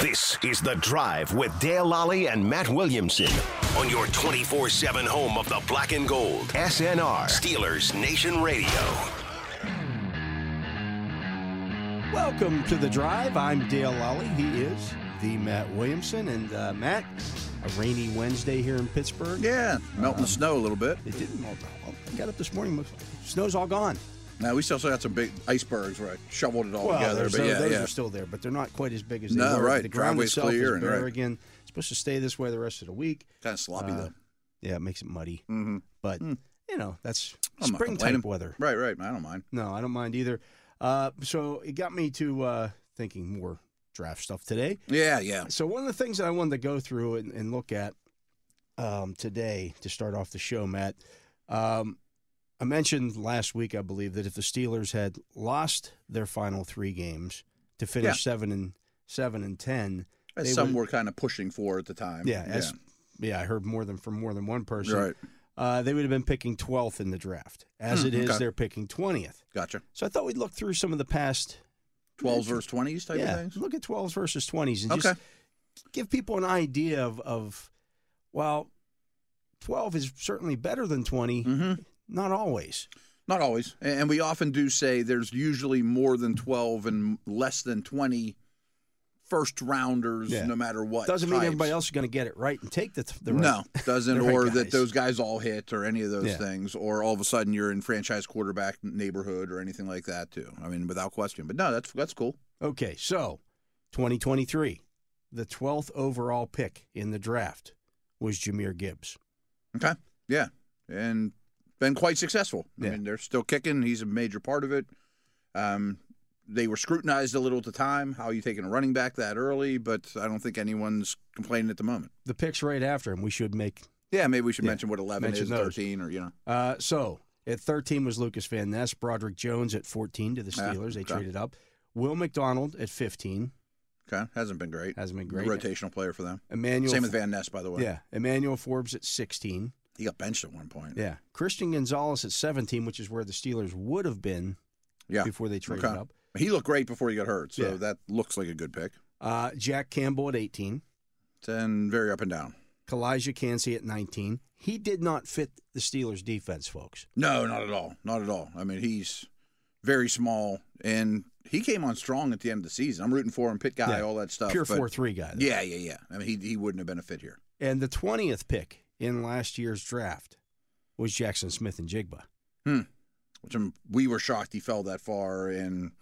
This is The Drive with Dale Lally and Matt Williamson on your 24 7 home of the black and gold. SNR, Steelers Nation Radio. Welcome to the drive. I'm Dale Lally. He is the Matt Williamson. And uh, Matt, a rainy Wednesday here in Pittsburgh. Yeah, melting the snow a little bit. It didn't melt. Well, I got up this morning. most- Snow's all gone. Now we still got some big icebergs where I shoveled it all Well, together, there's but those, yeah, those yeah. are still there, but they're not quite as big as they No, were. right. The ground Driveway's itself clear is and bare right. again. It's supposed to stay this way the rest of the week. kind of sloppy Uh, though. Yeah, it makes it muddy. Mm-hmm. But, you know, that's I'm not spring complaining. type weather. Right, right. I don't mind. No, I don't mind either. Uh, so it got me to uh, thinking more draft stuff today. Yeah, yeah. So one of the things that I wanted to go through and, and look at um, today to start off the show, Matt, um, I mentioned last week, I believe, that if the Steelers had lost their final three games to finish seven and seven and ten, As They some would- were kind of pushing for at the time. yeah, as- yeah, I heard more than from more than one person, right. uh, they would have been picking twelfth in the draft. As Hmm, it is, okay. they're picking twentieth. Gotcha. So I thought we'd look through some of the past. Twelves versus twenties type yeah, of things. look at twelves versus twenties and just Okay. give people an idea of, of well, 12 is certainly better than 20, Mm-hmm. not always. Not always, A- and we often do say there's usually more than twelve and less than twenty first rounders, Yeah. no matter what. Doesn't mean types. everybody else is going to get it right and take the, the right. No, doesn't, the right or guys. that those guys all hit, or any of those Yeah. things, or all of a sudden you're in franchise quarterback neighborhood, or anything like that too. I mean, without question. But no, that's that's cool. Okay, so 2023, the 12th overall pick in the draft was Jameer Gibbs. Okay, yeah, and been quite successful. I Yeah. mean, they're still kicking. He's a major part of it. Um, they were scrutinized a little at the time. How are you taking a running back that early? But I don't think anyone's complaining at the moment. The picks right after him, we should make. Yeah, maybe we should Yeah, mention what eleven mention is, those. thirteen, or you know. Uh, so at 13 was Lucas Van Ness, Broderick Jones at 14 to the Ah, Steelers. They okay. traded up. Will McDonald at 15 Okay, hasn't been great. hasn't been great. Rotational player for them. Emmanuel Same with Van Ness, by the way. Yeah, Emmanuel Forbes at 16. he got benched at one point. Yeah. Christian Gonzalez at 17, which is where the Steelers would have been Yeah. before they traded Okay. up. He looked great before he got hurt, so Yeah. that looks like a good pick. Uh, Jack Campbell at 18. Then very up and down. Kalijah Cansey at 19. He did not fit the Steelers defense, folks. No, not at all. Not at all. I mean, he's very small, and he came on strong at the end of the season. I'm rooting for him, pit guy, Yeah. all that stuff. Pure but- 4 3 guy. though. Yeah, yeah, yeah. I mean, he, he wouldn't have been a fit here. And the 20th pick in last year's draft was Jackson Smith and Jigba. Which I'm, we were shocked he fell that far, and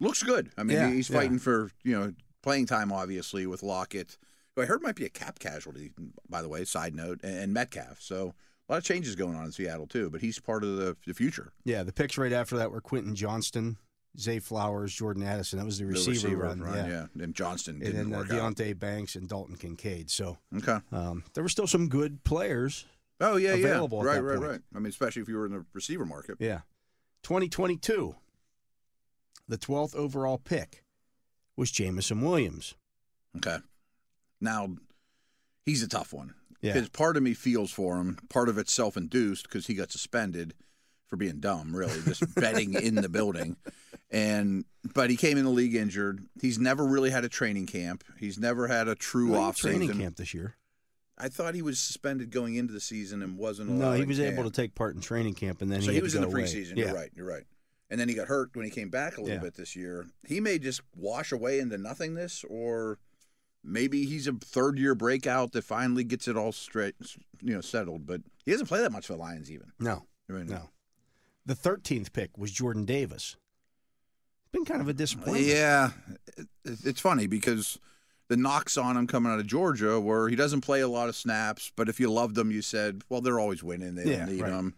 looks good. I mean, Yeah, he's yeah. fighting for you know playing time, obviously, with Lockett, who I heard might be a cap casualty, by the way. Side note, and, and Metcalf. So a lot of changes going on in Seattle too, but he's part of the, the future. Yeah, the picks right after that were Quentin Johnston, Zay Flowers, Jordan Addison. That was the The receiver, run. yeah. yeah. And Johnston And didn't then uh, work out. Deontay Banks and Dalton Kincaid. So Okay. um, there were still some good players Oh yeah, available at yeah. Right, that right, point. right. I mean, especially if you were in the receiver market. Yeah. 2022, the 12th overall pick was Jamison Williams. Okay. Now, he's a tough one Yeah. because part of me feels for him. Part of it's self-induced because he got suspended for being dumb, really, just betting in the building. And but he came in the league injured. He's never really had a training camp. He's never had a true Well, he off had training season. camp this year. I thought he was suspended going into the season and wasn't. No, allowed he in was able camp. to take part in training camp, and then so he, he had to was in the go away. preseason. Yeah. You're right. You're right. And then he got hurt when he came back a little Yeah. bit this year. He may just wash away into nothingness, or maybe he's a third year breakout that finally gets it all straight, you know, settled. But he doesn't play that much for the Lions, even. No, I mean, uh, no. The 13th pick was Jordan Davis Been kind of a disappointment. Yeah, It- it's funny because the knocks on him coming out of Georgia were he doesn't play a lot of snaps, but if you loved him, you said, well, they're always winning. They Yeah, don't need right. him.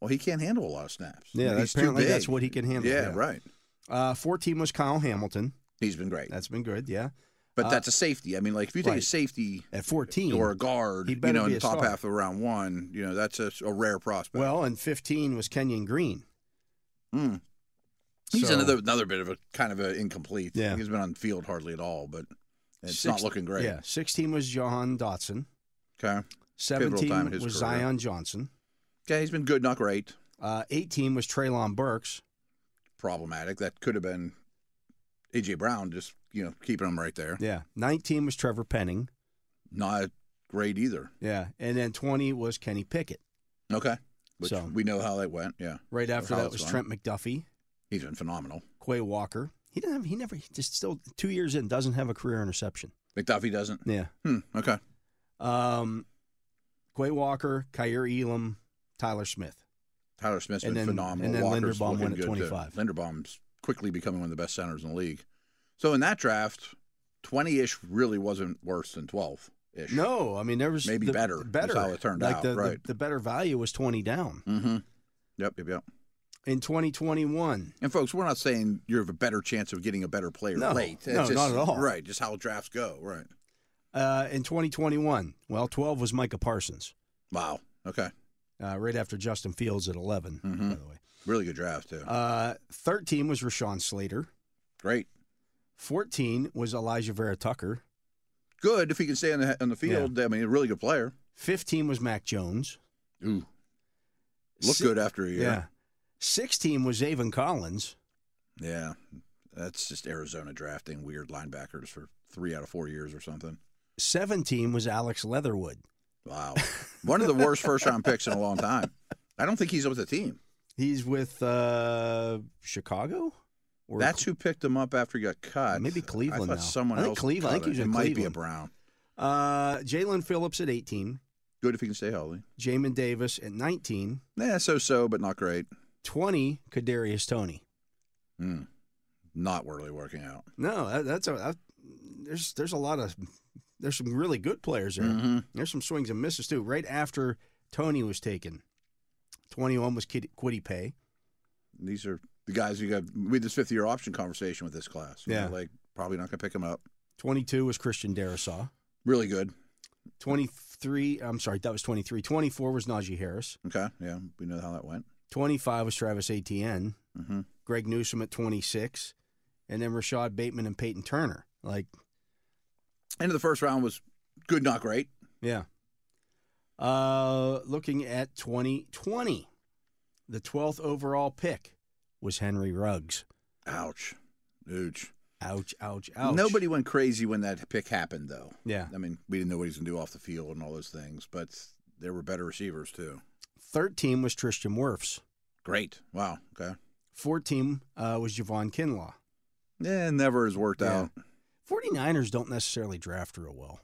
Well, he can't handle a lot of snaps. Yeah, he's apparently too big. that's what he can handle. yeah, right. Uh, 14 was Kyle Hamilton. He's been great, That's been good. Yeah. but uh, that's a safety. I mean, like if you take a right. safety At 14. or a guard, He you better know, in be the a top star. half of round one, you know, that's a, a rare prospect. well, and 15 was Kenyon Green. Mm. He's So- another another bit of a kind of a incomplete. Yeah. he's been on the field hardly at all, but it's Six- not looking great. Yeah. 16 was Johan Dotson. Okay. Pivotal 17 time in was his career. Zion Johnson. Okay, he's been good, not great. Uh, 18 was Traylon Burks. Problematic. That could have been AJ Brown, just you know, keeping him right there. Yeah. 19 was Trevor Penning. Not great either. Yeah. And then 20 was Kenny Pickett. Okay. Which So- we know how that went. Yeah. Right after Well, that that's was fine. Trent McDuffie, He's been phenomenal. Quay Walker. He didn't have, he never, he just still two years in, doesn't have a career interception. McDuffie doesn't. Yeah. Hmm. Okay. Um, Quay Walker, Kyir Elam, Tyler Smith. Tyler Smith's And been then- phenomenal. and then Walker's Linderbaum looking went at good, too. 25. Linderbaum's quickly becoming one of the best centers in the league. So in that draft, twenty ish really wasn't worse than twelve ish. No, I mean there was Maybe the- better, the is Better how it turned like out, The, the- right. The, better value was twenty down Mm-hmm. Yep, yep, yep. in twenty twenty one. And folks, we're not saying you have a better chance of getting a better player No, late. no, just, not at all. Right, just how drafts go. Right. Uh, in twenty twenty one, well, twelve was Micah Parsons, Wow. Okay. uh, right after Justin Fields at 11 By the way, Really good draft too. uh, thirteen was Rashawn Slater. Great. Fourteen was Elijah Vera Tucker. Good if he can stay on the on the field. I mean, a really good player. Fifteen was Mac Jones. Ooh, looked Si- good after a year. Sixteen was Avon Collins. Yeah. That's just Arizona drafting weird linebackers for three out of four years or something. Seventeen was Alex Leatherwood. Wow. One of the worst first round picks in a long time. I don't think he's with the team. He's with uh, Chicago. Or That's who picked him up after he got cut. Maybe Cleveland I thought now. someone I think else. Cleveland- I think cut he was it. in It might be a Cleveland. Brown. Uh, Jalen Phillips at 18, Good if he can stay healthy. Jamin Davis at 19, Yeah, so so, but not great. 20, Kadarius Tony. Mm. Not really working out. No, that, that's a that- there's there's a lot of there's some really good players there. Mhm. There's some swings and misses too. Right after Tony was taken, 21 was Kid, Quiddy Pay. These are the guys who got. We had this fifth year option conversation with this class. You Yeah. know, like probably not going to pick him up. 22 was Christian Darisaw. Really good. 23, I'm sorry, that was 23. 24 was Najee Harris. Okay, yeah, we know how that went. 25 was Travis Etienne. hmm Greg Newsom at 26, and then Rashad Bateman and Peyton Turner. Like, End of the first round was good, not great. yeah. Uh, looking at 2020, the 12th overall pick was Henry Ruggs. Ouch, ouch. Ouch, ouch, ouch. Nobody went crazy when that pick happened, though. Yeah. I mean, we didn't know what he's going to do off the field and all those things, but there were better receivers too. 13 was Tristan Wirfs. Great. Wow. Okay. 14 uh, was Javon Kinlaw. Yeah, never has worked Yeah. out. 49ers don't necessarily draft real well.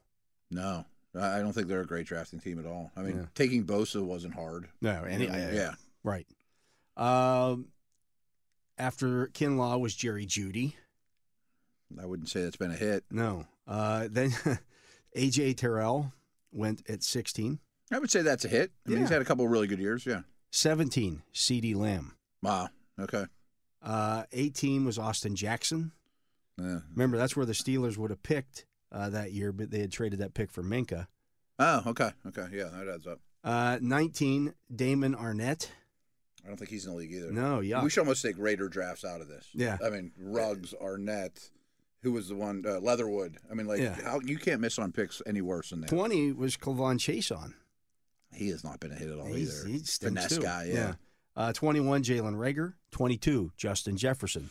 No, I I don't think they're a great drafting team at all. I mean, Yeah. taking Bosa wasn't hard. No, any, yeah, I- yeah. Right. Um, after Kinlaw was Jerry Judy. I wouldn't say that's been a hit. No. Uh, then AJ Terrell went at 16. I would say that's a hit. I mean, he's Yeah. had a couple of really good years. Yeah. 17, CD Lamb. Wow. Okay. Uh, 18 was Austin Jackson. Yeah. Remember, that's where the Steelers would have picked uh, that year, but they had traded that pick for Minka. Oh, okay. Okay. Yeah, that adds up. Uh, 19, Damon Arnett. I don't think he's in the league either. No, yeah. We should almost take Raider drafts out of this. Yeah. I mean, Ruggs, Arnett, who was the one, uh, Leatherwood. I mean, like, Yeah. how you can't miss on picks any worse than that. 20 was Clavon Chase on. He has not been a hit at all He's, either. he's thin, Finesse too. guy, yeah. Uh, 21, Jalen Rager. 22, Justin Jefferson.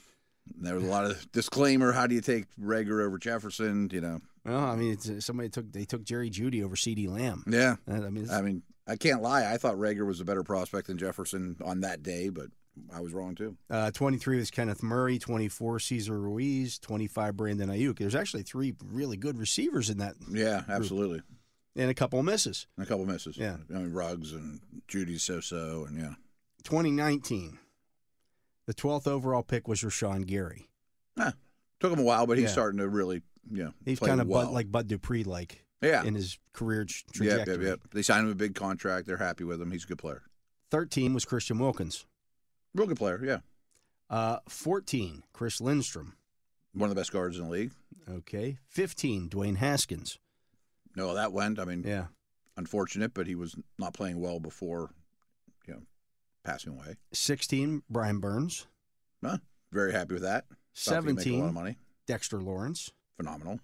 And There was a lot of disclaimer. How do you take Rager over Jefferson? You know, Well, I mean, it's, uh, somebody took they took Jerry Judy over CD Lamb. yeah. Uh, I mean, it's- I mean, I can't lie. I thought Rager was a better prospect than Jefferson on that day, but I was wrong too. Uh, 23 was Kenneth Murray, 24 Cesar Ruiz, 25 Brandon Ayuk. There's actually three really good receivers in that, Yeah, absolutely. and a couple of misses. And a couple misses. Yeah. I mean, Ruggs and Judy so-so, and yeah. 2019, the 12th overall pick was Rashawn Gary. Took him a while, but he's Yeah. starting to really, you know, He's play kind of well. Bud, like Bud Dupree like yeah, in his career tr- yeah, yeah, trajectory. yeah. They signed him a big contract. They're happy with him. He's a good player, 13 was Christian Wilkins. real good player. Yeah, Uh, 14, Chris Lindstrom. one of the best guards in the league. Okay. 15, Dwayne Haskins. No, that went. I mean, Yeah. unfortunate, but he was not playing well before, you know, passing away. 16, Brian Burns. Very happy with that. Thought he could make a lot of 17, money. Dexter Lawrence. Phenomenal.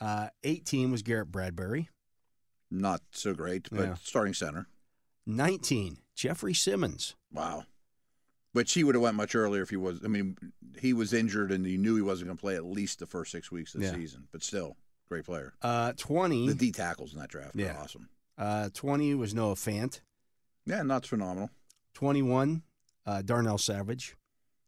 Uh, 18 was Garrett Bradbury. Not so great, but Yeah. starting center. 19, Jeffrey Simmons. Wow. Which he would have went much earlier if he was. I mean, he was injured and he knew he wasn't going to play at least the first six weeks of the Yeah. season. But still, great player. Uh, 20, The D tackles in that draft Yeah. are awesome. uh, 20 was Noah Fant. Yeah, not phenomenal. 21, uh, Darnell Savage.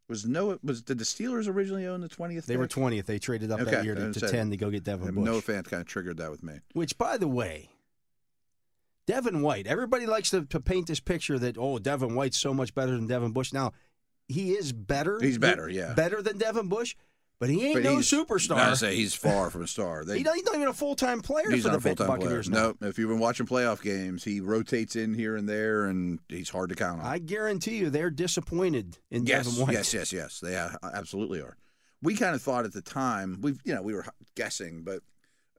Was no was did the Steelers originally own the twentieth? They were 20th. They traded up that Okay, year I to, to understand. 10 to go get Devin Bush. No fan kind of triggered that with me. Which, by the way, Devin White, everybody likes to, to paint this picture that, oh, Devin White's so much better than Devin Bush. Now, he is better. He's better, yeah. Better than Devin Bush, but he ain't But no he's- superstar. I say he's far from a star. They, He not- he's not even a full time player he's for not the a full time player. Buccaneers now. No, if you've been watching playoff games, he rotates in here and there, and he's hard to count on. I guarantee you they're disappointed in yes, Devin White. yes, yes, yes. They uh, absolutely are. We kind of thought at the time we, you know, we were guessing, but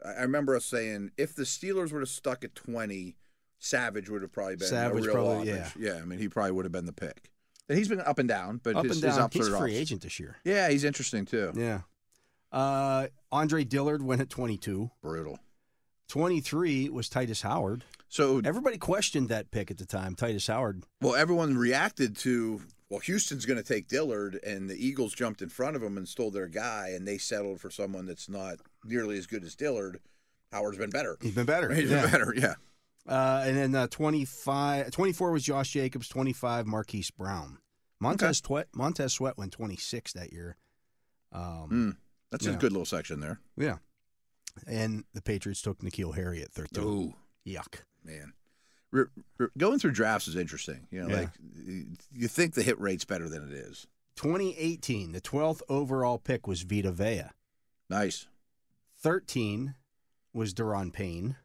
I I remember us saying if the Steelers would have stuck at twenty, Savage would have probably been Savage a real probably, offense. yeah. I mean, he probably would have been the pick. And he's been up and down, but Up his, and his down. ups He's are a free ups. agent this year. Yeah, he's interesting too. Yeah. Uh, Andre Dillard went at 22. Brutal. 23 was Titus Howard. So Everybody questioned that pick at the time, Titus Howard. Well, everyone reacted to well, Houston's going to take Dillard, and the Eagles jumped in front of him and stole their guy, and they settled for someone that's not nearly as good as Dillard. Howard's been better. He's been better. He's been better, yeah. Uh, and then uh, 25, 24 was Josh Jacobs, 25 Marquise Brown. Montez, Twet, Montez Sweat went 26 that year. Um, Mm, that's a Yeah. good little section there. Yeah. And the Patriots took Nikhil Harry at 13. Ooh, Yuck. man. Re- re- going through drafts is interesting. You know, Yeah. like y- you think the hit rate's better than it is. 2018, the 12th overall pick was Vita Vea. Nice. 13 was Deron Payne.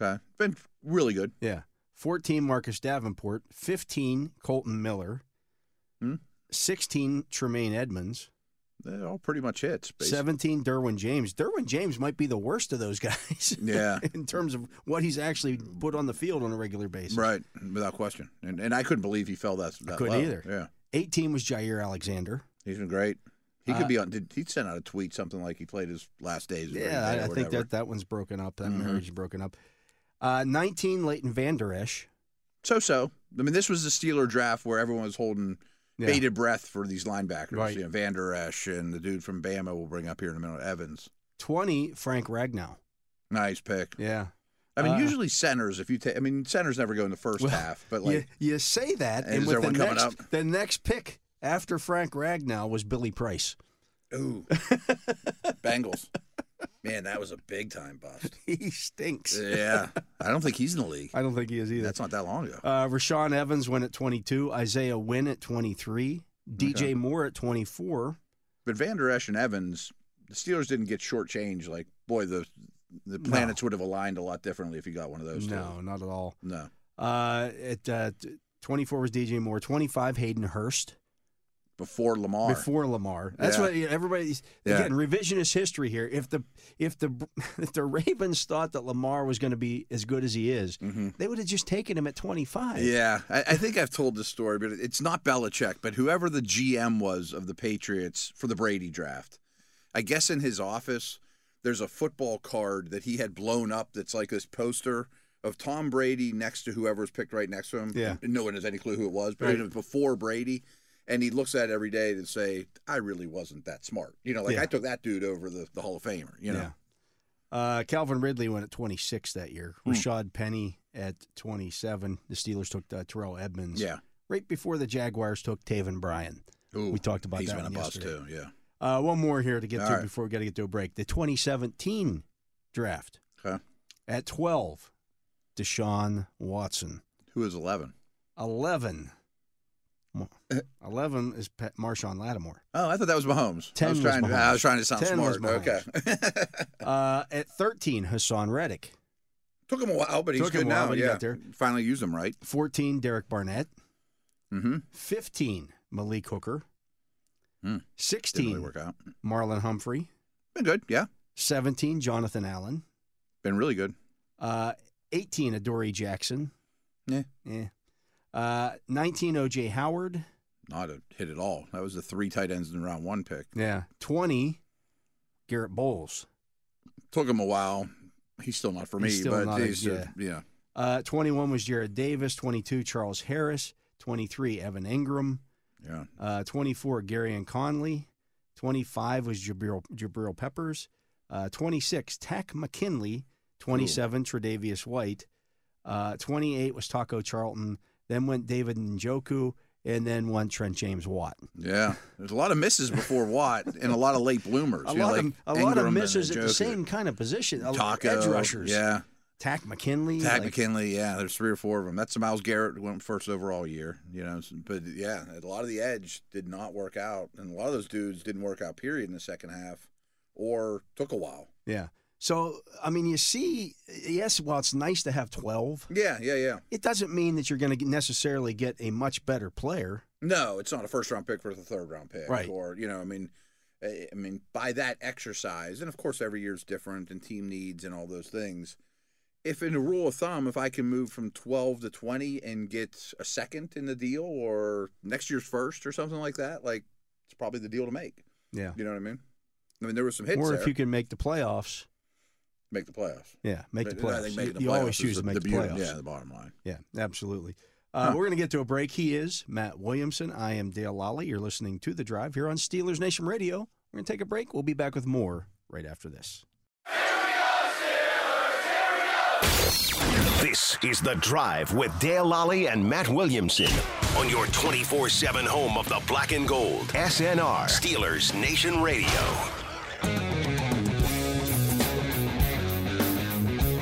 Okay. Been really good. Yeah. 14, Marcus Davenport. 15, Colton Miller. Hmm. 16, Tremaine Edmonds. They're all pretty much hits. Basically. 17 Derwin James. Derwin James might be the worst of those guys. Yeah. in terms of what he's actually put on the field on a regular basis. Right, without question. And and I couldn't believe he fell that. that couldn't low. either. Yeah. 18 was Jair Alexander. He's been great. He could Uh, be on. Did he sent out a tweet something like he played his last days? in Green Yeah, Bay or I, I think whatever. that that one's broken up. That Mhm. marriage is broken up. Uh, 19 Leighton Vander Esch. so so. I mean, this was the Steeler draft where everyone was holding Yeah. bated breath for these linebackers. Right. You know, Van Der Esch and the dude from Bama we'll bring up here in a minute, Evans. 20 Frank Ragnow. Nice pick. Yeah. I mean, Uh, usually centers. If you take, I mean, centers never go in the first Well, half, but like you, you say that, Is and there with the one coming next, up? the next pick after Frank Ragnow was Billy Price. ooh, Bengals. Man, that was a big time bust. He stinks. Yeah, I don't think he's in the league. I don't think he is either. That's not that long ago. Uh, Rashawn Evans went at 22, Isaiah Wynn at 23, DJ Okay. Moore at 24. But Van Der Esch and Evans, the Steelers didn't get shortchanged. Like, boy, the the No. planets would have aligned a lot differently if you got one of those. No, not at all. two. no. Uh, at uh, t- 24 was DJ Moore, 25 Hayden Hurst Before Lamar, before Lamar. That's Yeah. what yeah, everybody's Yeah. again revisionist history here. If the if the if the Ravens thought that Lamar was going to be as good as he is, Mhm. they would have just taken him at 25. yeah, I, I think I've told this story, but it's not Belichick, but whoever the GM was of the Patriots for the Brady draft. I guess in his office, there's a football card that he had blown up. That's like this poster of Tom Brady next to whoever's picked right next to him. Yeah. no one has any clue who it was, but Right. it was before Brady. And he looks at it every day and say, "I really wasn't that smart." You know, like Yeah. I took that dude over the, the Hall of Famer. You know, Uh, Calvin Ridley went at 26 that year. Hmm. Rashad Penny at 27. The Steelers took uh, Terrell Edmonds. yeah. Right before the Jaguars took Taven Bryan. Ooh, We talked about he's that been a one bust yesterday. too. Yeah. Uh, one more here to get All to right. before we got to get to a break. The 2017 draft Okay. at 12, Deshaun Watson. Who is eleven? 11, Ma- Uh, Eleven is Pat Marshawn Lattimore. Oh, I thought that was Mahomes. Ten I was was trying to I Mahomes. was trying to sound Ten was smart. Okay. Uh, at thirteen, Hassan Reddick. Took him a while, but he's Took him good a while, now. but he yeah. got there. Finally used him right. Fourteen, Derek Barnett. Mm-hmm. Fifteen, Malik Hooker. Hmm. Didn't Sixteen, really work out. Marlon Humphrey. Been good. Yeah. Seventeen, Jonathan Allen. Been really good. Uh, Eighteen, Adoree Jackson. Yeah. Yeah. Uh, Nineteen, OJ Howard. Not a hit at all. That was the three tight ends in round one pick. Yeah. Twenty, Garrett Bowles. Took him a while. He's still not for me, He's still but not a- he's uh, yeah. Uh, 21 was Jared Davis, 22 Charles Harris, 23 Evan Ingram, Yeah. uh, 24 Gary and Conley, 25 was Jabril, Jabril Peppers, uh, 26 Tack McKinley, 27 Tre'Davious White, uh, 28 was Taco Charlton. Then went David Njoku, and then went Trent James Watt. Yeah. There's a lot of misses before Watt and a lot of late bloomers. A you know, lot like of a lot of Ingram and misses at the Njoku. same kind of position. A lot of Taco, edge rushers. Yeah. Tack McKinley. Tack like- McKinley, yeah, there's three or four of them. That's Miles Garrett went first overall year, you know. s- But yeah, a lot of the edge did not work out, and a lot of those dudes didn't work out. Period in the second half, or took a while. Yeah. So I mean, you see, yes. While it's nice to have 12, Yeah, yeah, yeah. it doesn't mean that you're going to necessarily get a much better player. No, it's not a first round pick versus a third round pick, Right. Or you know, I mean, eh, I I mean, by that exercise, and of course, every year's different, and team needs, and all those things. If in a rule of thumb, if I can move from twelve to twenty and get a second in the deal, or next year's first, or something like that, like it's probably the deal to make. Yeah. You know what I mean? I mean, there were some hits or there. if you can make the playoffs. make the playoffs. Yeah, make the But I playoffs. think You, making the you playoffs always is choose to the- make the, the beauty- playoffs. Yeah, Yeah, the bottom line. absolutely. Uh, Huh. We're going to get to a break. He is Matt Williamson. I am Dale Lally. You're listening to The Drive here on Steelers Nation Radio. We're going to take a break. We'll be back with more right after this. This is The Drive with Dale Lally and Matt Williamson on your 24 7 home of the black and gold. SNR, Steelers Nation Radio.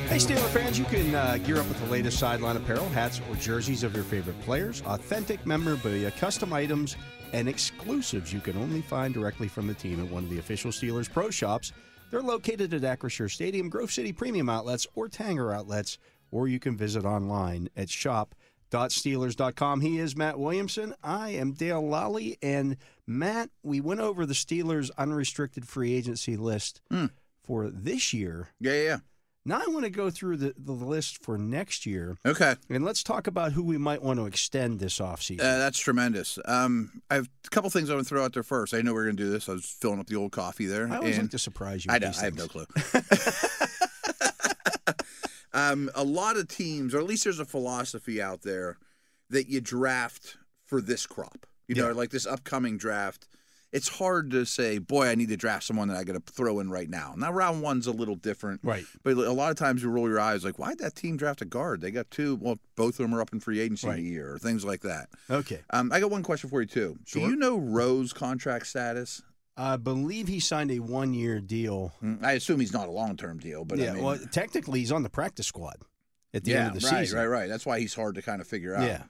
Hey, Steeler fans, you can uh, gear up with the latest sideline apparel, hats, or jerseys of your favorite players, authentic memorabilia, custom items, and exclusives you can only find directly from the team at one of the official Steelers Pro Shops. They're located at Acrisure Stadium, Grove City Premium Outlets, or Tanger Outlets, or you can visit online at shop.steelers.com. He is Matt Williamson. I am Dale Lally. And Matt, we went over the Steelers' unrestricted free agency list for this year. Yeah, yeah, Now I want to go through the, the list for next year, yeah. Okay. and let's talk about who we might want to extend this offseason. Uh, that's tremendous. Um, I have a couple things I want to throw out there first. I know we are going to do this. I was filling up the old coffee there. I always and like to surprise you. I, with know, these I have no things. clue. um, a lot of teams, or at least there's a philosophy out there that you draft for this crop. You know, Yeah. like this upcoming draft. It's hard to say, boy, I need to draft someone that I got to throw in right now. Now, round one's a little different. Right. But a lot of times you roll your eyes like, why'd that team draft a guard? They got two. Well, both of them are up in free agency Right. in a year or things like that. Okay. Um, I got one question for you, too. Sure. Do you know Rowe's contract status? I believe he signed a one year deal. Mm, I assume he's not a long term deal, but Hmm? yeah, I mean, well, technically, he's on the practice squad at the yeah, end of the right, season. right, right. That's why he's hard to kind of figure out. Yeah.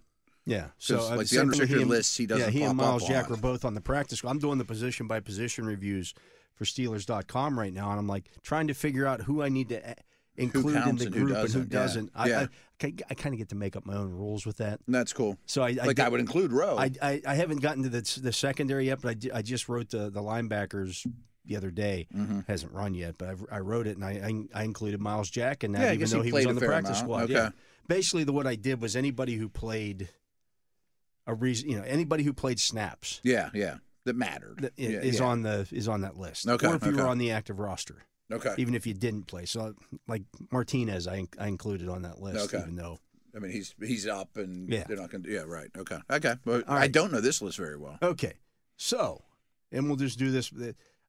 Yeah. So, So, uh, like the same thing with unrestricted him- lists, he doesn't Yeah, he pop and up Miles Jack on. were both on the practice squad. I'm doing the position by position reviews for Steelers.com right now, and I'm like trying to figure out who I need to eh, include in counts the and who group and who doesn't, yeah. doesn't. I, Yeah. I, I kind of get to make up my own rules with that. That's cool. So I, I like did- I would include Rowe. I, I, I haven't gotten to the, the secondary yet, but I, di- I just wrote the, the linebackers the other day. Mm-hmm. Hasn't run yet, but I've, I wrote it and I, I, I included Miles Jack and that, Yeah, I even guess though he he was played on the a fair practice amount. squad. Okay. Yeah. Basically, the, what I did was anybody who played a reason, you know, anybody who played snaps yeah, yeah, that mattered. that i- yeah, is yeah. on the is on that list. Okay, Or if you were okay. on the active roster, Okay. even if you didn't play. So, like Martinez, I, in- I included on that list, Okay. even though. I mean, he's he's up, and Yeah. they're not going to. Yeah, right. Okay. Okay. But All I right. don't know this list very well. Okay, so, and we'll just do this.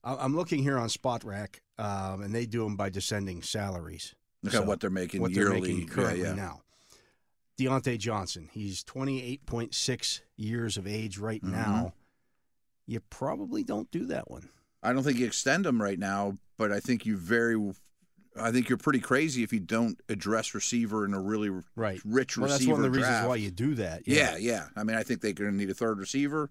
I- I'm looking here on Spot Rack, um, and they do them by descending salaries. Okay, So, what they're making what yearly. they're making Yeah, currently yeah. now. Deontay Johnson, he's 28.6 years of age right Mm-hmm. now. You probably don't do that one. I don't think you extend him right now, but I think you very I think you're pretty crazy if you don't address receiver in a really r- Right. rich Well, that's receiver one of the draft. reasons why you do that. Yeah, yeah. I mean, I think they're going to need a third receiver,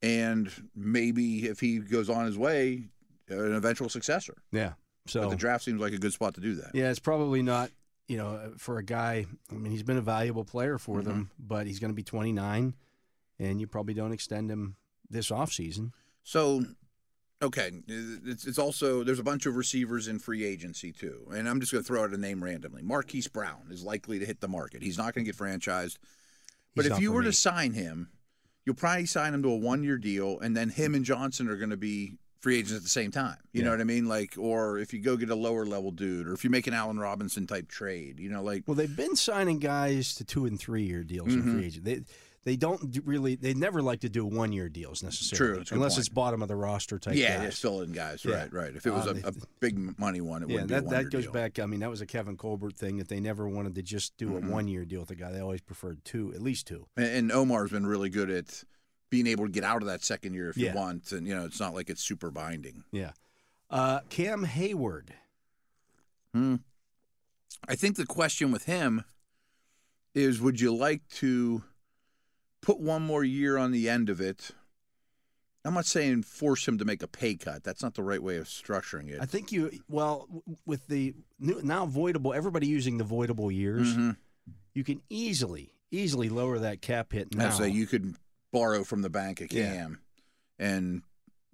and maybe if he goes on his way, an eventual successor. Yeah. But So the draft seems like a good spot to do that. Yeah, it's probably not, you know, uh, for a guy. I mean, he's been a valuable player for Mm-hmm. them, but he's going to be 29, and you probably don't extend him this offseason. So, okay, it's, it's also there's a bunch of receivers in free agency too, and I'm just going to throw out a name randomly. Marquise Brown is likely to hit the market. He's not going to get franchised, but He's if not you for were me. to sign him, you'll probably sign him to a one year deal, and then him and Johnson are going to be free agents at the same time. You know Yeah. what I mean? Like, or if you go get a lower level dude, or if you make an Allen Robinson type trade, you know, like Well, they've been signing guys to two and three year deals Mm-hmm. in free agent. They they don't do- really they never like to do one year deals necessarily, True, that's a good unless point. it's bottom of the roster type. yeah, guys. it's fill in guys, Yeah. right, right. If it was Um, a, a big money one, it Yeah, wouldn't be a that, one-year that goes deal. back. I mean, that was a Kevin Colbert thing that they never wanted to just do Mm-hmm. a one year deal with a guy. They always preferred two, at least two. And, and Omar's been really good at being able to get out of that second year if Yeah. you want, and you know it's not like it's super binding. Yeah. Uh, Cam Hayward. Hmm. I think the question with him is, would you like to put one more year on the end of it? I'm not saying force him to make a pay cut. That's not the right way of structuring it. I think you well w- with the new, now voidable. Everybody using the voidable years, Mhm. you can easily easily lower that cap hit now. I'd say you could borrow from the bank a Yeah. cam and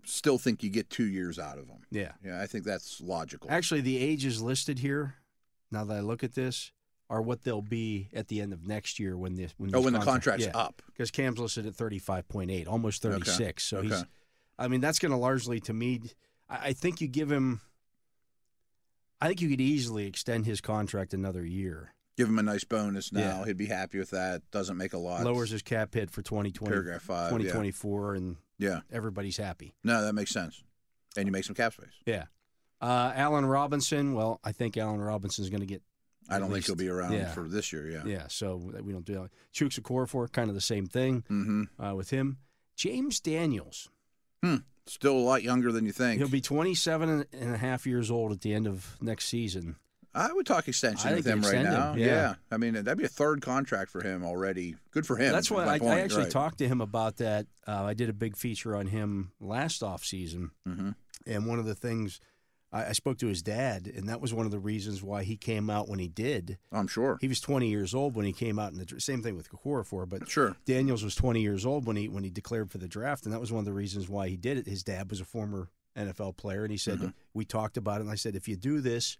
still think you get two years out of him. yeah, Yeah, I think that's logical. actually, the ages listed here. Now that I look at this, are what they'll be at the end of next year when this when oh, this when the contract- contract's yeah, up. because Cam's listed at thirty five point eight, almost Okay. thirty six. So he's, Okay. I mean, that's going to largely to me. I, I think you give him. I think you could easily extend his contract another year. Give him a nice bonus now. Yeah. He'd be happy with that. Doesn't make a lot. Lowers his cap hit for 2020, paragraph five. 2024 and Yeah. yeah. everybody's happy. No, that makes sense. And you make some cap space. Yeah. Uh, Allen Robinson. Well, I think Allen Robinson's going to get. I At don't think he'll least- be around yeah. for this year. Yeah. Yeah. so that we don't do that. Chooks Okorafor, kind of the same thing Mm-hmm. uh, with him. James Daniels. Still a lot younger than you think. He'll be 27 and- and a half years old at the end of next season. I would talk extension I with think him right extend him, now. yeah. I mean, that'd be a third contract for him already. Good for him. That's is why my I, point, I actually right. talked to him about that. Uh, I did a big feature on him last offseason. Mhm. And one of the things I, I spoke to his dad, and that was one of the reasons why he came out when he did. I'm sure. He was 20 years old when he came out in the dr- same thing with Kokorafor, but Sure. Daniels was 20 years old when he when he declared for the draft, and that was one of the reasons why he did it. His dad was a former NFL player, and he said Mm-hmm. we talked about it. And I said, if you do this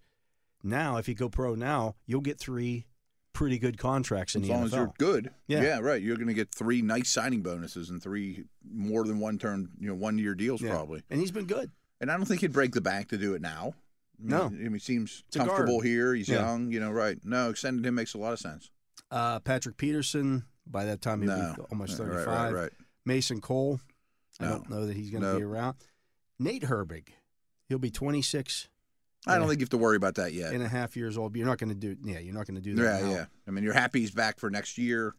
now, if you go pro now, you'll get three pretty good contracts in As the long NFL. as you're good. Yeah. right. You're going to get three nice signing bonuses and three more than one term, you know, one year deals Yeah. probably. And he's been good. And I don't think he'd break the bank to do it now. I mean, No. I mean, he seems a guard. comfortable here. He's Yeah. young, you know, right. No, extending him makes a lot of sense. Uh, Patrick Peterson. By that time, he'll no. be almost Right, 35. Right, right, Mason Cole. I No. don't know that he's going to Nope. be around. Nate Herbig. He'll be 26 I don't Yeah. think you have to worry about that yet. and a half years old. You're not going to do. Yeah, you're not going to do Yeah, that. now. yeah. I mean, you're happy he's back for next year.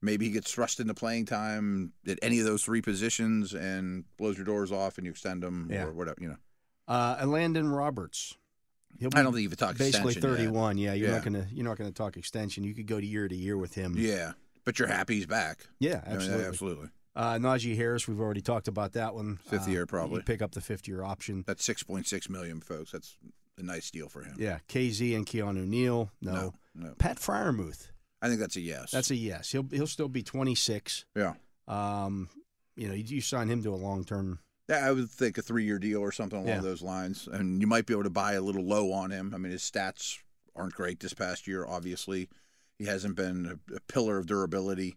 Maybe he gets thrust into playing time at any of those three positions and blows your doors off and you extend him Yeah. or whatever, you know. Uh, and Landon Roberts. He'll I don't think you could talk basically extension yet. 31. Yeah, you're Yeah. not gonna you're not gonna talk extension. You could go to year to year with him. Yeah. But you're happy he's back. yeah, I mean, absolutely. absolutely. Uh, Najee Harris, we've already talked about that one. Fifth Uh, year, probably. you pick up the fifth year option. That's 6.6 million, folks. That's a nice deal for him. Yeah, KZ and Keanu Neal. No. No. No. Pat Fryermuth. I think that's a yes. That's a yes. He'll he'll still be 26. yeah. Um, you know, you, you sign him to a long term. Yeah, I would think a three-year deal or something along Yeah. those lines, and you might be able to buy a little low on him. I mean, his stats aren't great this past year. Obviously, he hasn't been a, a pillar of durability.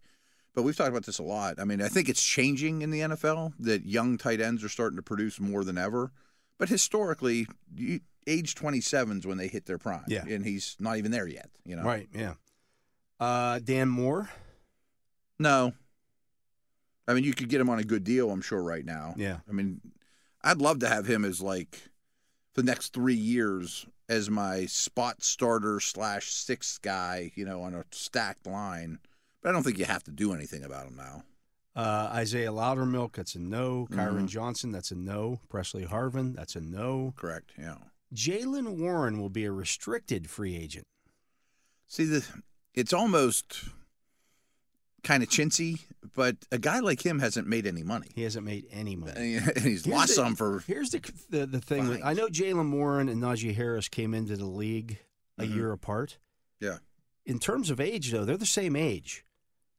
But we've talked about this a lot. I mean, I think it's changing in the NFL that young tight ends are starting to produce more than ever. But historically, you, age 27 is when they hit their prime, Yeah. and he's not even there yet. You know, Right. Yeah. Uh, Dan Moore. No. I mean, you could get him on a good deal, I'm sure, right now. Yeah. I mean, I'd love to have him as like for the next three years as my spot starter slash sixth guy, you know, on a stacked line. But I don't think you have to do anything about him now. Uh, Isaiah Loudermilk, that's a no. Kyron Mhm. Johnson, that's a no. Presley Harvin, that's a no. Correct? Yeah. Jalen Warren will be a restricted free agent. See, the, it's almost kind of chintzy, but a guy like him hasn't made any money. He hasn't made any money. And he's Here's lost the- some for Here's the the, the thing. with- Fine. I know Jalen Warren and Najee Harris came into the league a Mhm. year apart. Yeah. In terms of age, though, they're the same age.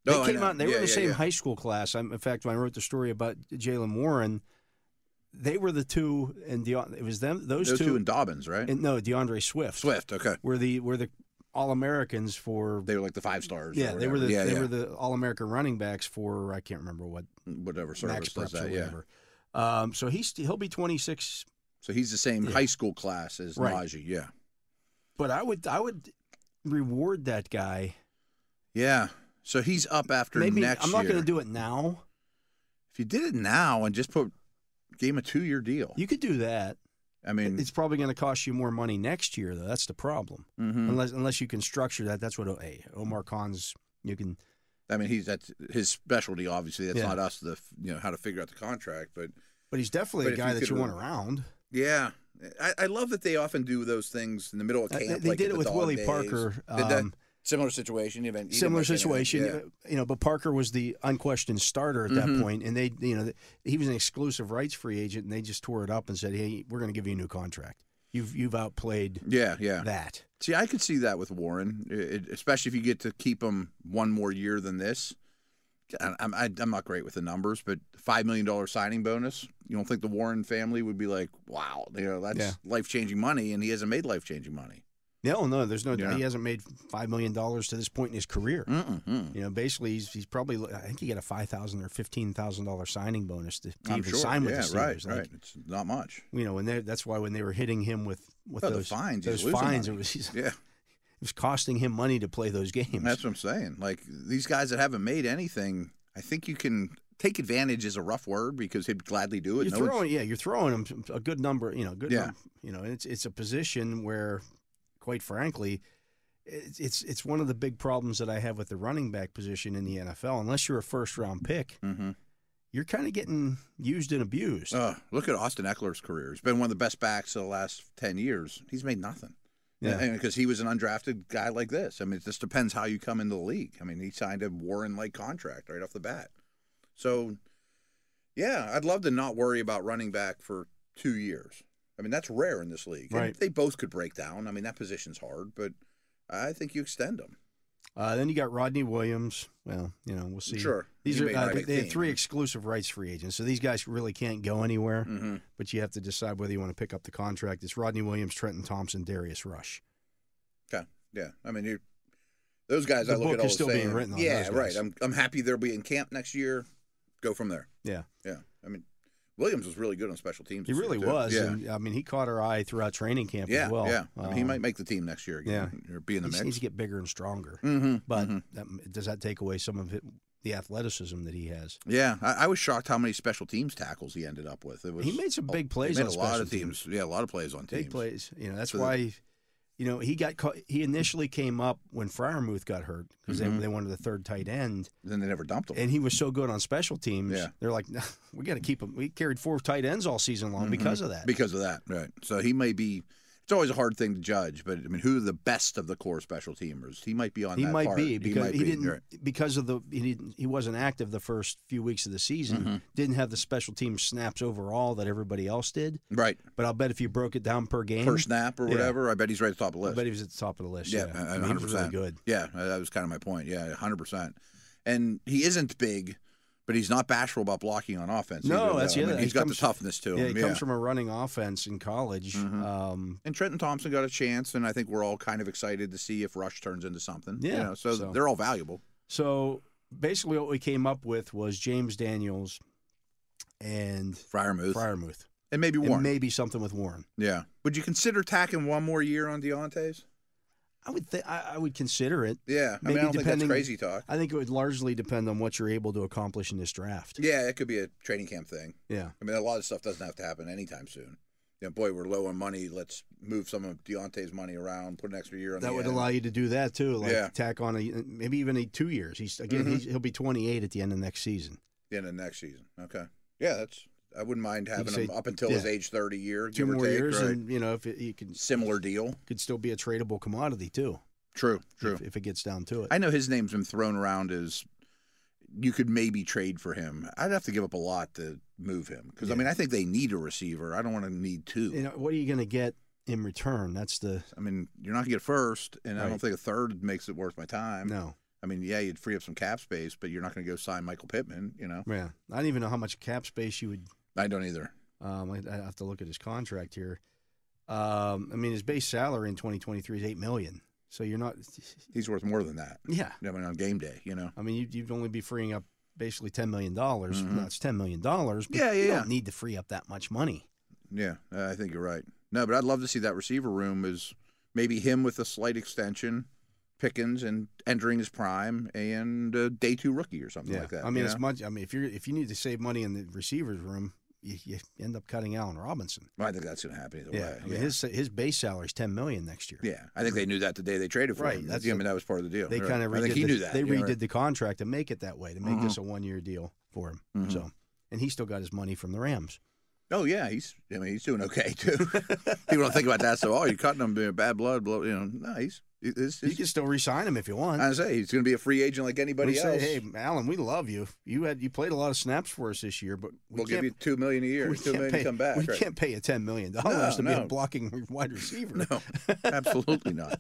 They Oh, I came know. out. They were Yeah, in the yeah, same yeah. high school class. I'm, in fact, when I wrote the story about Jalen Warren, they were the two, and Deon, it was them. Those, Those, two, and Dobbins, right? and no, DeAndre Swift. Swift. Okay, were the were the All Americans for. they were like the five stars. or yeah, they were whatever. the yeah, they yeah. were the All American running backs for I can't remember what whatever service Max does Preps that. or Yeah. whatever. Um, so he's he'll be 26 So he's the same Yeah. high school class as Right. Najee. Yeah, But I would I would reward that guy. yeah. So he's up after Maybe next I'm not year. going to do it now. if you did it now and just put game a two year deal, You could do that. I mean, It's probably going to cost you more money next year, though. That's the problem. mhm. Unless unless you can structure that. That's what O- hey, Omar Khan's. You can I mean, he's that's his specialty. Obviously, that's Yeah. not us. The you know how to figure out the contract, but but he's definitely But a if guy you that could you re- want around. yeah. I, I love that they often do those things in the middle of Uh, camp. they like did at it the with dog Willie days. Parker. Did that- um, similar situation. Even similar situation, you know. But Parker was the unquestioned starter at that Mhm. point, and they, you know, th- he was an exclusive rights free agent, and they just tore it up and said, "Hey, we're going to give you a new contract. You've you've outplayed Yeah, yeah. that." See, I could see that with Warren, it, especially if you get to keep him one more year than this. I- I'm, I, I'm not great with the numbers, but five million dollar signing bonus. You don't think the Warren family would be like, "Wow, you know that's Yeah. life changing money," and he hasn't made life changing money. No, no, there's no. Yeah. He hasn't made five million dollars to this point in his career. Mm-mm. You know, basically, he's, he's probably. I think he got a five thousand or fifteen thousand dollar signing bonus to, to I'm even sure. sign with yeah, the Steelers. right, Like, right. It's not much. You know, and they- that's why when they were hitting him with with Oh, the those fines, he's those losing fines, money. it was he's, it Yeah, was costing him money to play those games. that's what I'm saying. Like these guys that haven't made anything, I think you can take advantage. Is a rough word because he'd gladly do it. you're No one's- throwing, yeah, you're throwing him a good number. You know, good. Yeah. num- you know, and it's it's a position where, quite frankly. It's it's- it's one of the big problems that I have with the running back position in the NFL. Unless you're a first round pick, Mhm. you're kind of getting used and abused. Uh, look at Austin Eckler's career. He's been one of the best backs of the last 10 years. He's made nothing. Yeah. Because he was an undrafted guy like this. I mean, it just depends how you come into the league. I mean, he signed a Warren like contract right off the bat. So, yeah, I'd love to not worry about running back for two years. I mean, that's rare in this league. And Right. They both could break down. I mean, that position's hard, but I think you extend them. Uh, then you got Rodney Williams. Well, you know, we'll see. Sure. These You are may uh, not they, make they have team. three exclusive rights free agents, so these guys really can't go anywhere. Mhm. But you have to decide whether you want to pick up the contract. It's Rodney Williams, Trenton Thompson, Darius Rush. Okay. Yeah. I mean, you those guys. The I look book at all is still the being same. written on Yeah. those Right. guys. I'm I'm happy they'll be in camp next year. Go from there. Yeah, Yeah. I mean, Williams was really good on special teams. he this really year, too. was. Yeah. And, I mean, he caught our eye throughout training camp yeah. as well. Yeah. I mean, he Um, might make the team next year again. Or be in He the just mix. needs to get bigger and stronger. mm-hmm. But that, does that take away some of it, the athleticism that he has? yeah, I, I was shocked how many special teams tackles he ended up with. It was He made some big he plays made on a lot special of teams. Yeah, a lot of plays on teams. Big plays. You know, that's So the- why, you know, he got caught. He initially came up when Fryermuth got hurt because Mhm. they, they wanted the third tight end, Then they never dumped him. and he was so good on special teams. Yeah. They're like, "Nah, we got to keep him. We carried four tight ends all season long Mhm. because of that. because of that. Right. So he may be. It's always a hard thing to judge, but I mean, who are the best of the core special teamers? He might be on. he that might part. be because might he, be, didn't right. because of the he didn't he wasn't active the first few weeks of the season. Mm-hmm. Didn't have the special team snaps overall that everybody else did. Right. But I'll bet if you broke it down per game, per snap or Yeah. whatever. I bet he's right at the top of I the list. bet he was at the top of the list. yeah, Yeah, uh, I mean, he was 100%. really good. Yeah, uh, that was kind of my point. Yeah, hundred percent. And he isn't big, but he's not bashful about blocking on offense. No, either, that's though. the I mean, other- he's he got comes- the toughness to him. Yeah, he comes from a running offense in college. Mhm. Um, and Trenton Thompson got a chance, and I think we're all kind of excited to see if Rush turns into something. you Yeah, know, so, so- they're all valuable. So basically, what we came up with was James Daniels and Fryermuth Fryermuth, and maybe and Warren. maybe something with Warren. yeah, would you consider tacking one more year on Deontay's? I would th- I, I would consider it. Yeah, I mean, Maybe I don't think that's depending- crazy talk. I think it would largely depend on what you're able to accomplish in this draft. Yeah, it could be a training camp thing. Yeah. I mean, a lot of stuff doesn't have to happen anytime soon. You know, boy, we're low on money. Let's move some of Deontay's money around, put an extra year on That the would end. allow you to do that too, like Yeah. tack on a maybe even a two years. He's again, Mhm. he's, he'll be 28 at the end of next season. the end of next season. Okay, yeah, that's I wouldn't mind having say- him up until his yeah. age thirty year, Two give or more take. years, right? and you know if it, you can Similar deal. could still be a tradable commodity too. True. True. If, if it gets down to it. I know his name's been thrown around as you could maybe trade for him. I'd have to give up a lot to move him because I Yeah. mean I think they need a receiver. I don't want to need two. you know, what are you going to get in return? That's the I mean you're not gonna get first, and I don't Right. think a third makes it worth my time. no. I mean yeah, you'd free up some cap space, but you're not gonna go sign Michael Pittman. You know, Yeah, I don't even know how much cap space you would. I don't either. Um, I, I have to look at his contract here. Um, I mean, his base salary in 2023 is eight million. So you're not. He's worth more than that. Yeah, I mean on game day, you know. I mean, you'd, you'd only be freeing up basically ten million dollars. Mhm. That's ten million dollars. Yeah, yeah, You yeah. don't need to free up that much money. Yeah, uh, I think you're right. No, but I'd love to see that receiver room is maybe him with a slight extension, Pickens, and entering his prime, and a day two rookie or something like that. I mean, you as know? much. I mean, if you're if you need to save money in the receivers room, you, you end up cutting Allen Robinson. Well, I think that's going to happen either Yeah, way. I mean, yeah. his his base salary is ten million next year. Yeah, I think they knew that the day they traded for Right, him. that's I mean, the- that was part of the deal. They Right. kind of I redid think he the, knew that. They yeah, redid right. the contract to make it that way to make Mhm. this a one year deal for him. Mhm. So, and he still got his money from the Rams. Oh yeah, he's. I mean, he's doing okay too. People don't think about that. So, oh, you're cutting him, you know, bad blood, blah, you know. No, he's. he's, You he's can still re-sign him if you want. I say he's going to be a free agent like anybody we say, else. hey, Alan, we love you. You had you played a lot of snaps for us this year, but we we'll can't give you two million a year. we two can't million pay, to come back. We right. can't pay you ten million dollars to be no. a blocking wide receiver. No, absolutely not.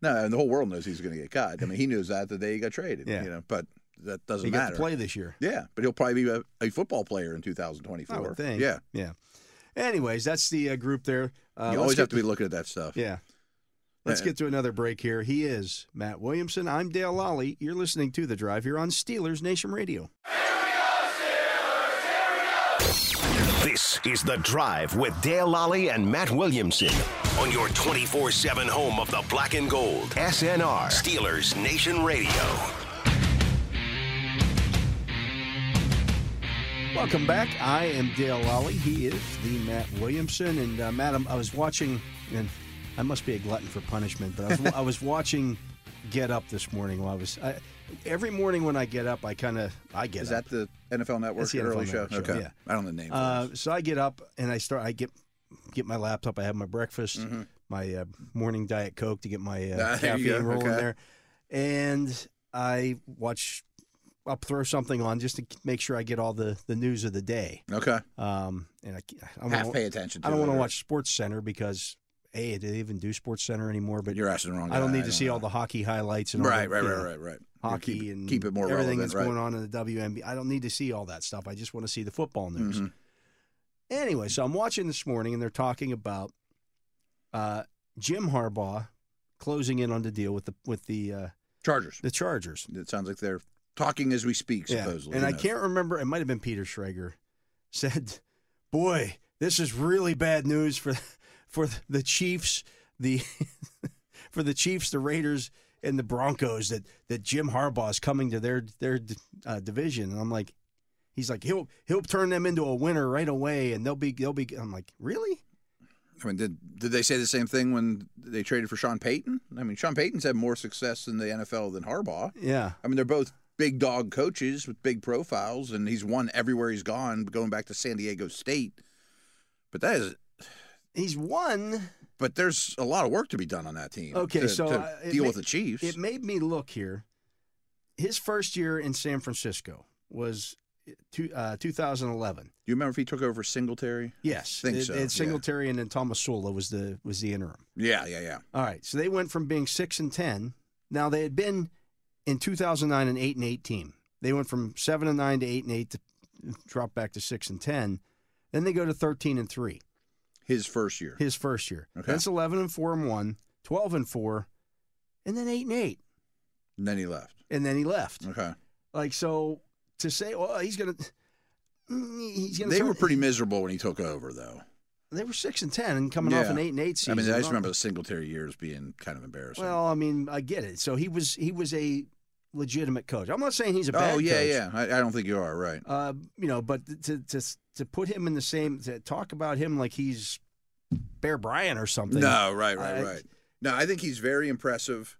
No, and the whole world knows he's going to get cut. I mean, he knows that the day he got traded. Yeah. You know, but that doesn't he got matter. to play this year. Yeah, but he'll probably be a, a football player in 2024. I would think. Yeah, yeah. Anyways, that's the uh, group there. Uh, let's you always get have to be looking at that stuff. Yeah. Let's Yeah. get to another break here. He is Matt Williamson. I'm Dale Lally. You're listening to The Drive here on Steelers Nation Radio. This is The Drive with Dale Lally and Matt Williamson on your 24 7 home of the black and gold. SNR, Steelers Nation Radio. Welcome back. I am Dale Lally. He is the Matt Williamson. And, uh, Matt, I'm- I was watching, and I must be a glutton for punishment, but I was, I was watching Get Up this morning while I was. I, every morning when I get up, I kind of I get Is up. that the NFL Network That's the early NFL show? Network show, Okay. yeah. I don't know the name. Uh, for so I get up and I start. I get get my laptop. I have my breakfast, my uh, morning diet coke to get my uh, Mm-hmm. There you caffeine go, rolling okay. there, and I watch. I'll throw something on just to make sure I get all the, the news of the day. it. Okay. Um, and I, I Half don't pay attention. to I don't it, want to right? watch Sports Center because a do they even do Sports Center anymore? But You're asking the wrong. I don't guy. need to see know. all the hockey highlights and all Right, the, right, you right, know, right, right. hockey keep, and keep it more everything relevant, that's right. going on in the WNBA. I don't need to see all that stuff. I just want to see the football news. Mhm. Anyway, so I'm watching this morning, and they're talking about uh, Jim Harbaugh closing in on the deal with the with the uh, Chargers. the Chargers. It sounds like they're talking as we speak. Yeah. Supposedly, and who I knows? can't remember. It might have been Peter Schrager said, "Boy, this is really bad news for for the Chiefs, the for the Chiefs, the Raiders, and the Broncos that that Jim Harbaugh is coming to their their uh, division." And I'm like, he's like, he'll he'll turn them into a winner right away, and they'll be they'll be. I'm like, really? I mean, did did they say the same thing when they traded for Sean Payton? I mean, Sean Payton's had more success in the NFL than Harbaugh. Yeah. I mean, they're both big dog coaches with big profiles, and he's won everywhere he's gone, going back to San Diego State. But that is, He's won. but there's a lot of work to be done on that team. Okay, to- so, to uh, it deal may- with the Chiefs. It made me look here. His first year in San Francisco was two, uh, 2011. Do you remember if he took over Singletary? Yes, Think it- so, yeah. it's Singletary and then Tomasula was the was the interim. Yeah, yeah, yeah. All right, so they went from being six and ten. Now they had been in 2009 an eight and eight team. They went from seven and nine to eight and eight to drop back to six and ten. Then they go to 13 and three His first year. his first year. Okay. That's 11 and four and one, 12 and four, and then eight and eight. And then he left. And then he left. Okay. Like so to say, oh, he's gonna. mm, He's gonna They turn- were pretty miserable when he took over, though. They were six and ten, and coming off Yeah. an eight and eight season. I mean, I just Not- remember the Singletary years being kind of embarrassing. Well, I mean, I get it. So he was he was a legitimate coach. I'm not saying he's a bad oh, yeah, coach. yeah. I, I don't think you are, right. Uh, you know, but to to to put him in the same to talk about him like he's Bear Bryant or something. No, right, right, I- right. No, I think he's very impressive.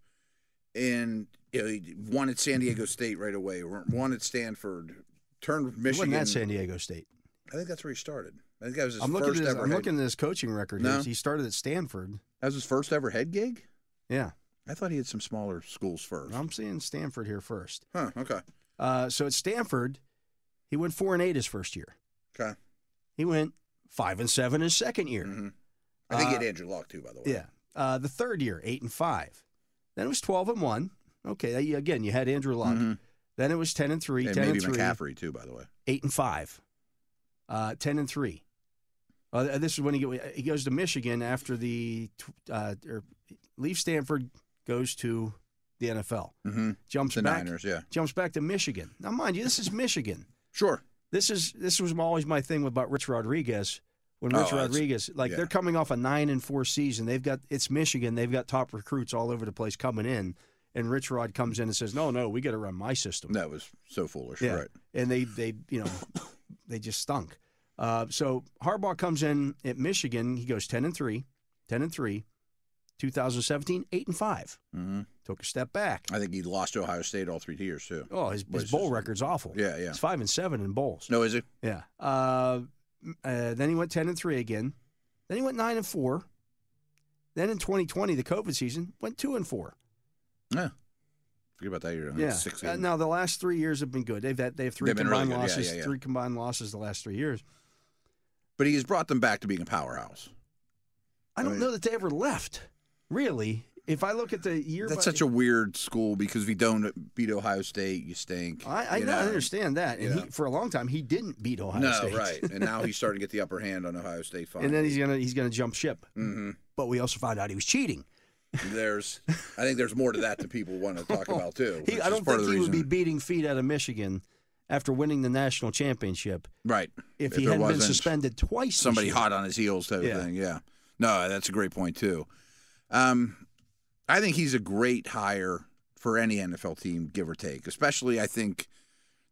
And you know, he won at San Diego State right away. Won at Stanford. Turned He wasn't Michigan. at San Diego State. I think that's where he started. I think that was his I'm looking, at first his, ever. I'm head- looking at his coaching record here. No. He started at Stanford. That was his first ever head gig. Yeah, I thought he had some smaller schools first. I'm seeing Stanford here first. Huh. Okay. Uh, so at Stanford, he went four and eight his first year. Okay. He went five and seven his second year. hmm I think he Uh, had Andrew Luck too, by the way. Yeah. Uh, the third year, eight and five. Then it was twelve and one. Okay, that- again, you had Andrew Luck. Mhm. Then it was ten and three, And ten and maybe three, McCaffrey too, by the way. eight and five, uh, ten and three. Uh, th- this is when he go, he goes to Michigan after the tw- uh, or leaves Stanford, goes to the NFL, Mm-hmm. jumps The back, Niners, yeah. jumps back to Michigan. Now, mind you, this is Michigan. Sure. this is this was always my thing about Rich Rodriguez. When Oh, Rich that's- Rodriguez, like yeah. they're coming off a nine and four season, they've got it's Michigan, they've got top recruits all over the place coming in, and Rich Rod comes in and says, "No, no, we got to run my system," That was so foolish. Yeah. Right. and they they you know they just stunk. Uh, so Harbaugh comes in at Michigan, he goes ten and three, 10 and three, 2017 eight and five, hmm took a step back. I think he lost to Ohio State all three years too. Oh, his, What his is bowl this? record's awful. Yeah, yeah. It's five and seven in bowls. No, is it? Yeah. Uh, m- uh, then he went ten and three again. Then he went nine and four. Then in 2020, the COVID season went two and four. Yeah. Forget about that year. I think Yeah. Six. Uh, and- now the last three years have been good. They've had, they have 3 They've been really combined good. Yeah, losses. yeah, yeah. Three combined losses the last three years. But he has brought them back to being a powerhouse. I I don't mean- know that they ever left. Really, if I look at the year, That's by- such a weird school because if you don't beat Ohio State, you stink. I, I you know, I know? understand that. And you he, know. for a long time, he didn't beat Ohio no, State. right. And now he's starting to get the upper hand on Ohio State. Finally. And then he's gonna he's gonna jump ship. hmm But we also found out he was cheating. There's, I think there's more to that that people want to talk about too. Oh, He, which I is don't part think of the he would be reason- beating feet out of Michigan after winning the national championship right if, he there hadn't been wasn't suspended twice. this Somebody year. hot on his heels type Yeah. of thing. Yeah. No, that's a great point too. Um, I think he's a great hire for any NFL team, give or take. Especially, I think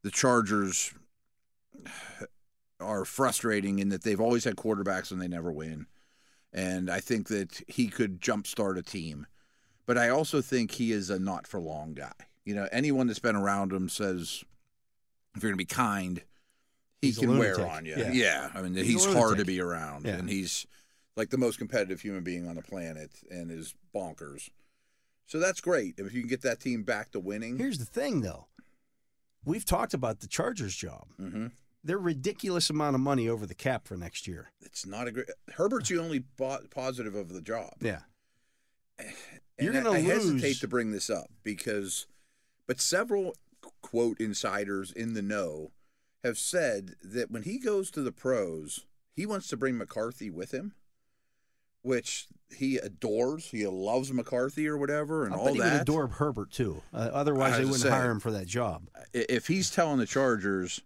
the Chargers are frustrating in that they've always had quarterbacks and they never win. And I think that he could jumpstart a team. But I also think he is a not for long guy. You know, anyone that's been around him says, if you're going to be kind, he He's a can wear lunatic. on you. Yeah. Yeah. I mean, He's a he's, hard to lunatic. be around. Yeah. And he's like the most competitive human being on the planet and is bonkers. So that's great. If you can get that team back to winning. Here's the thing, though. We've talked about the Chargers' job. Mhm. Their ridiculous amount of money over the cap for next year. It's not a great. Herbert's the only bo- positive of the job. Yeah. And You're I- gonna I lose. hesitate to bring this up because, but several quote insiders in the know have said that when he goes to the pros, he wants to bring McCarthy with him, which he adores. He loves McCarthy or whatever, and I bet all he would that. adore Herbert too. Uh, otherwise, I they was wouldn't saying. hire him for that job. I- if he's telling the Chargers,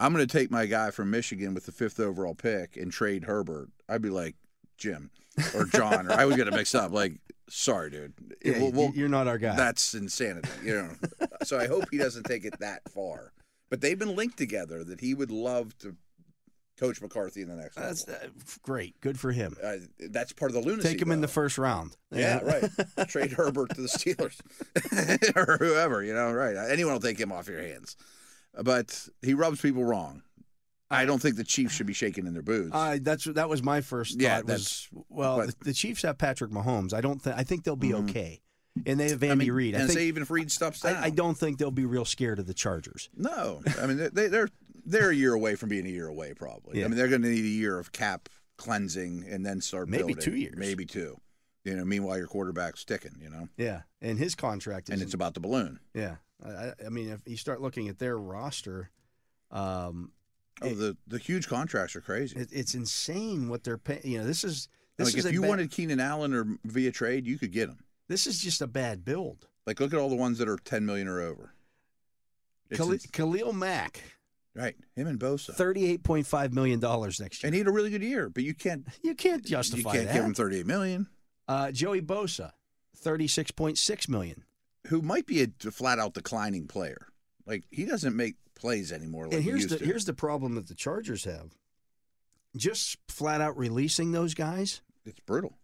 I'm going to take my guy from Michigan with the fifth overall pick and trade Herbert, I'd be like Jim or John, or I would get it mixed up. Like, sorry, dude. Yeah, We'll- we'll- you- you're not our guy. that's insanity, you know. so I hope he doesn't take it that far. But they've been linked together that he would love to coach McCarthy in the next. That's level. uh, great. Good for him. Uh, that's part of the lunacy. Take him in though. the first round. Yeah, right. Trade Herbert to the Steelers or whoever, you know, right. Anyone will take him off your hands. But he rubs people wrong. I don't think the Chiefs should be shaking in their boots. Uh, that's that was my first Yeah, thought. Was, well, but- the Chiefs have Patrick Mahomes. I don't. think I think they'll be Mhm. okay, and they have I Andy mean, Reid. I and think say even if Reed stops down. I, I don't think they'll be real scared of the Chargers. No, I mean they, they're they're a year away from being a year away. Probably. Yeah. I mean they're going to need a year of cap cleansing and then start Maybe building. two years. Maybe two. You know, meanwhile your quarterback's ticking. You know, Yeah, and his contract is and it's about the balloon. yeah. I- I, I mean, if you start looking at their roster, um, Oh, It- the the huge contracts are crazy. it, it's insane what they're paying. You know, this is this like is if a you ba- wanted Keenan Allen or via trade, you could get him. this is just a bad build. Like look at all the ones that are ten million or over. It's Khali- ins- Khalil Mack, right, him and Bosa, thirty-eight point five million dollars next year. and he had a really good year, but you can't you can't you justify can't that. give him thirty eight million. uh, Joey Bosa, thirty-six point six million. Who might be a flat out declining player? Like he doesn't make plays anymore. Like and here's he used the to. here's the problem that the Chargers have. Just flat out releasing those guys, It's brutal.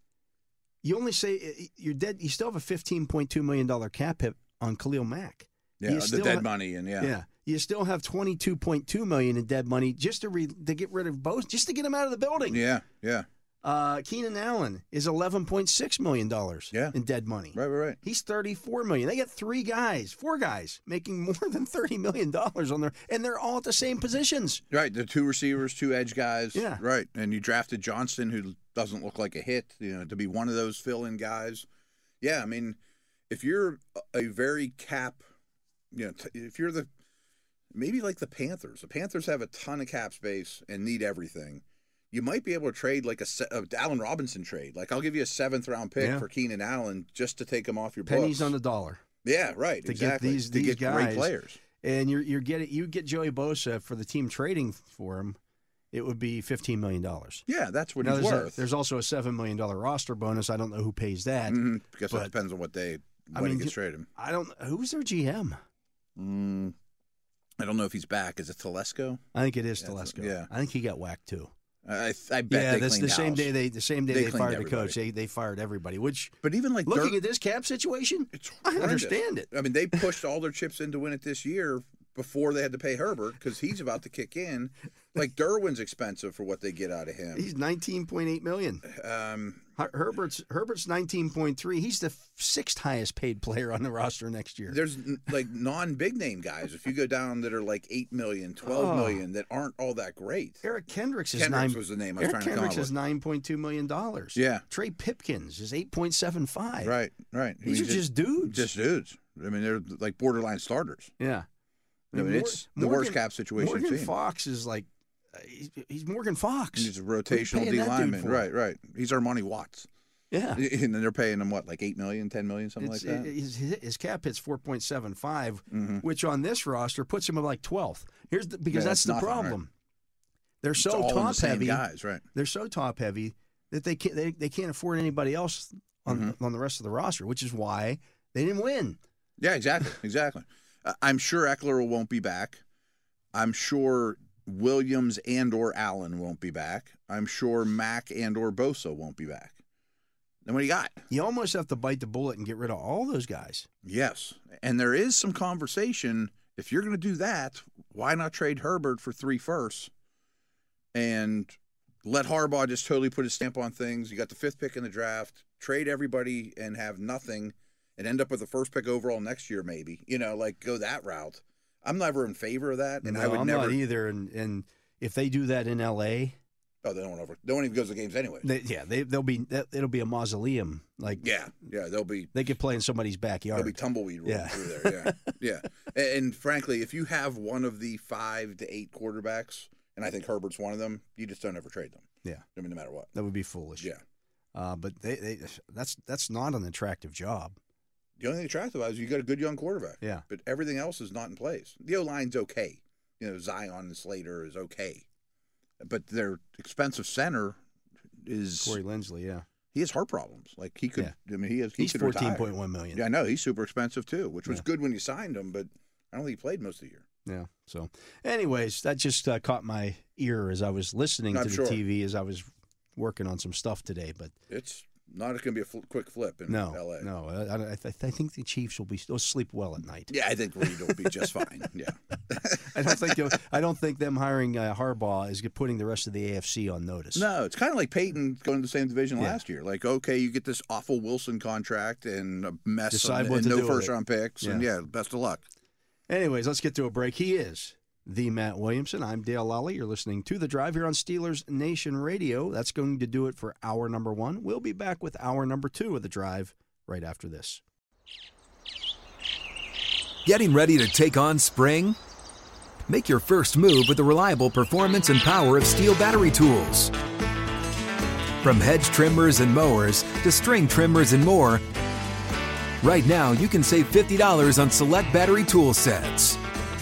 you only say uh, you're dead. You still have a fifteen point two million dollar cap hit on Khalil Mack. Yeah, You the still dead ha- money and yeah. Yeah. you still have 22.2 million in dead money just to re- to get rid of both, just to get him out of the building. Yeah, yeah, Uh, Keenan Allen is 11.6 million dollars Yeah. in dead money. right, right, right. He's 34 million. They got three guys, four guys making more than 30 million dollars on their, and they're all at the same positions. Right, the two receivers, two edge guys. Yeah. right. And you drafted Johnston, who doesn't look like a hit. You know, to be one of those fill-in guys. Yeah, I mean, if you're a- a very cap, you know, t- if you're the maybe like the Panthers. The Panthers have a ton of cap space and need everything. You might be able to trade like a, se- a Allen Robinson trade. Like I'll give you a seventh round pick Yeah. for Keenan Allen just to take him off your Pennies books. on the dollar. yeah, right. to get exactly. these- to these get guys. great players. And you're you're getting you get Joey Bosa for the team trading for him, it would be 15 million dollars. Yeah, that's what Now, he's there's, a- worth. there's also a seven million dollar roster bonus. I don't know who pays that. Mhm, Guess but- that depends on what they I when mean, he gets ju- traded. I don't. Who's their GM? Mm, I don't know if he's back. Is it Telesco? I think it is Yeah, that's- Telesco. yeah. I think he got whacked too. I I I bet. yeah, they that's the cleaned same house. day they the same day They they, cleaned fired the everybody. coach. They they fired everybody. Which But even like looking Dirk, at this cap situation, it's I horrendous. understand it. I mean, they pushed all their chips into win it this year before they had to pay Herbert because he's about to kick in. Like Derwin's expensive for what they get out of him. He's 19.8 million. Um, Her- Herbert's Herbert's 19.3. He's the f- sixth highest paid player on the roster next year. there's n- like non big name guys. If you go down that are like 8 million, 12 Oh. million that aren't all that great. Eric Kendricks is Kendricks nine. was the name I was Eric trying Kendricks to is come up 9.2 million dollars. with. Yeah, Trey Pipkins is 8.75. right, right. I These mean, are just dudes. just dudes. I mean, they're like borderline starters. yeah. I mean, Mor- it's the worst Morgan- cap situation Morgan you've seen. Fox is like, uh, he's, he's Morgan Fox. And He's a are you rotational paying D that dude lineman, for? right? Right. He's Armani Watts, yeah. and then they're paying him what, like eight million, ten million, something It's- like that. it- his, his cap hit's 4.75, Mhm. which on this roster puts him at like 12th. Here's the, because Yeah, that's that's the nothing, right? problem. They're It's so all in the top same heavy. guys, right? They're so top heavy that they can't they, they can't afford anybody else on Mm-hmm. on the rest of the roster, which is why they didn't win. Yeah, exactly, exactly. Uh, I'm sure Eckler won't be back. I'm sure Williams and or Allen won't be back. I'm sure Mack and or Bosa won't be back. Then what do you got? You almost have to bite the bullet and get rid of all those guys. Yes, and there is some conversation. If you're going to do that, why not trade Herbert for three firsts and let Harbaugh just totally put his stamp on things? You got the fifth pick in the draft. Trade everybody and have nothing, and end up with the first pick overall next year, maybe. You know, like go that route. I'm never in favor of that, and I No, would I'm never. not e either. And and if they do that in L.A., Oh, they don't over. No one even goes to games anyway. they, yeah, they they'll be that, it'll be a mausoleum. Like Yeah, yeah, they'll be they could play in somebody's There'll be backyard. tumbleweed rolling Yeah. through there. Yeah, yeah. And, and frankly, if you have one of the five to eight quarterbacks, and I think Herbert's one of them, you just don't ever trade them. Yeah. I mean, no matter what. that would be foolish. Yeah. Uh, but they, they that's that's not an attractive job. The only thing attractive about it is you got a good young quarterback. Yeah. But everything else is not in place. The O line's okay. You know, Zion and Slater is okay, but their expensive center is Corey Lindsley, yeah, he has heart problems. Like he could. I mean, he has. He he's could retire. fourteen point one million. Yeah, I know he's super expensive too, which was Yeah. good when you signed him, but I don't think he played most of the year. Yeah. So, anyways, that just uh, caught my ear as I was listening I'm to the sure. TV as I was working on some stuff today. But It's not going to be a fl- quick flip in no, L.A. no, I, I, I th- I think the Chiefs will be still sleep well at night. Yeah, I think Reed will be just fine. Yeah. I don't think they'll- I don't think them hiring uh, Harbaugh is putting the rest of the AFC on notice. No, it's kind of like Peyton going to the same division Yeah. last year. Like, okay, you get this awful Wilson contract and a mess Decide and, what and to do no with first it. round picks. And yeah, best of luck. Anyways, let's get to a break. He is the Matt Williamson. I'm Dale Lally. You're listening to The Drive here on Steelers Nation Radio. That's going to do it for hour number one. We'll be back with hour number two of The Drive right after this. Getting ready to take on spring? Make your first move with the reliable performance and power of steel battery tools. From hedge trimmers and mowers to string trimmers and more, right now you can save $50 on select battery tool sets.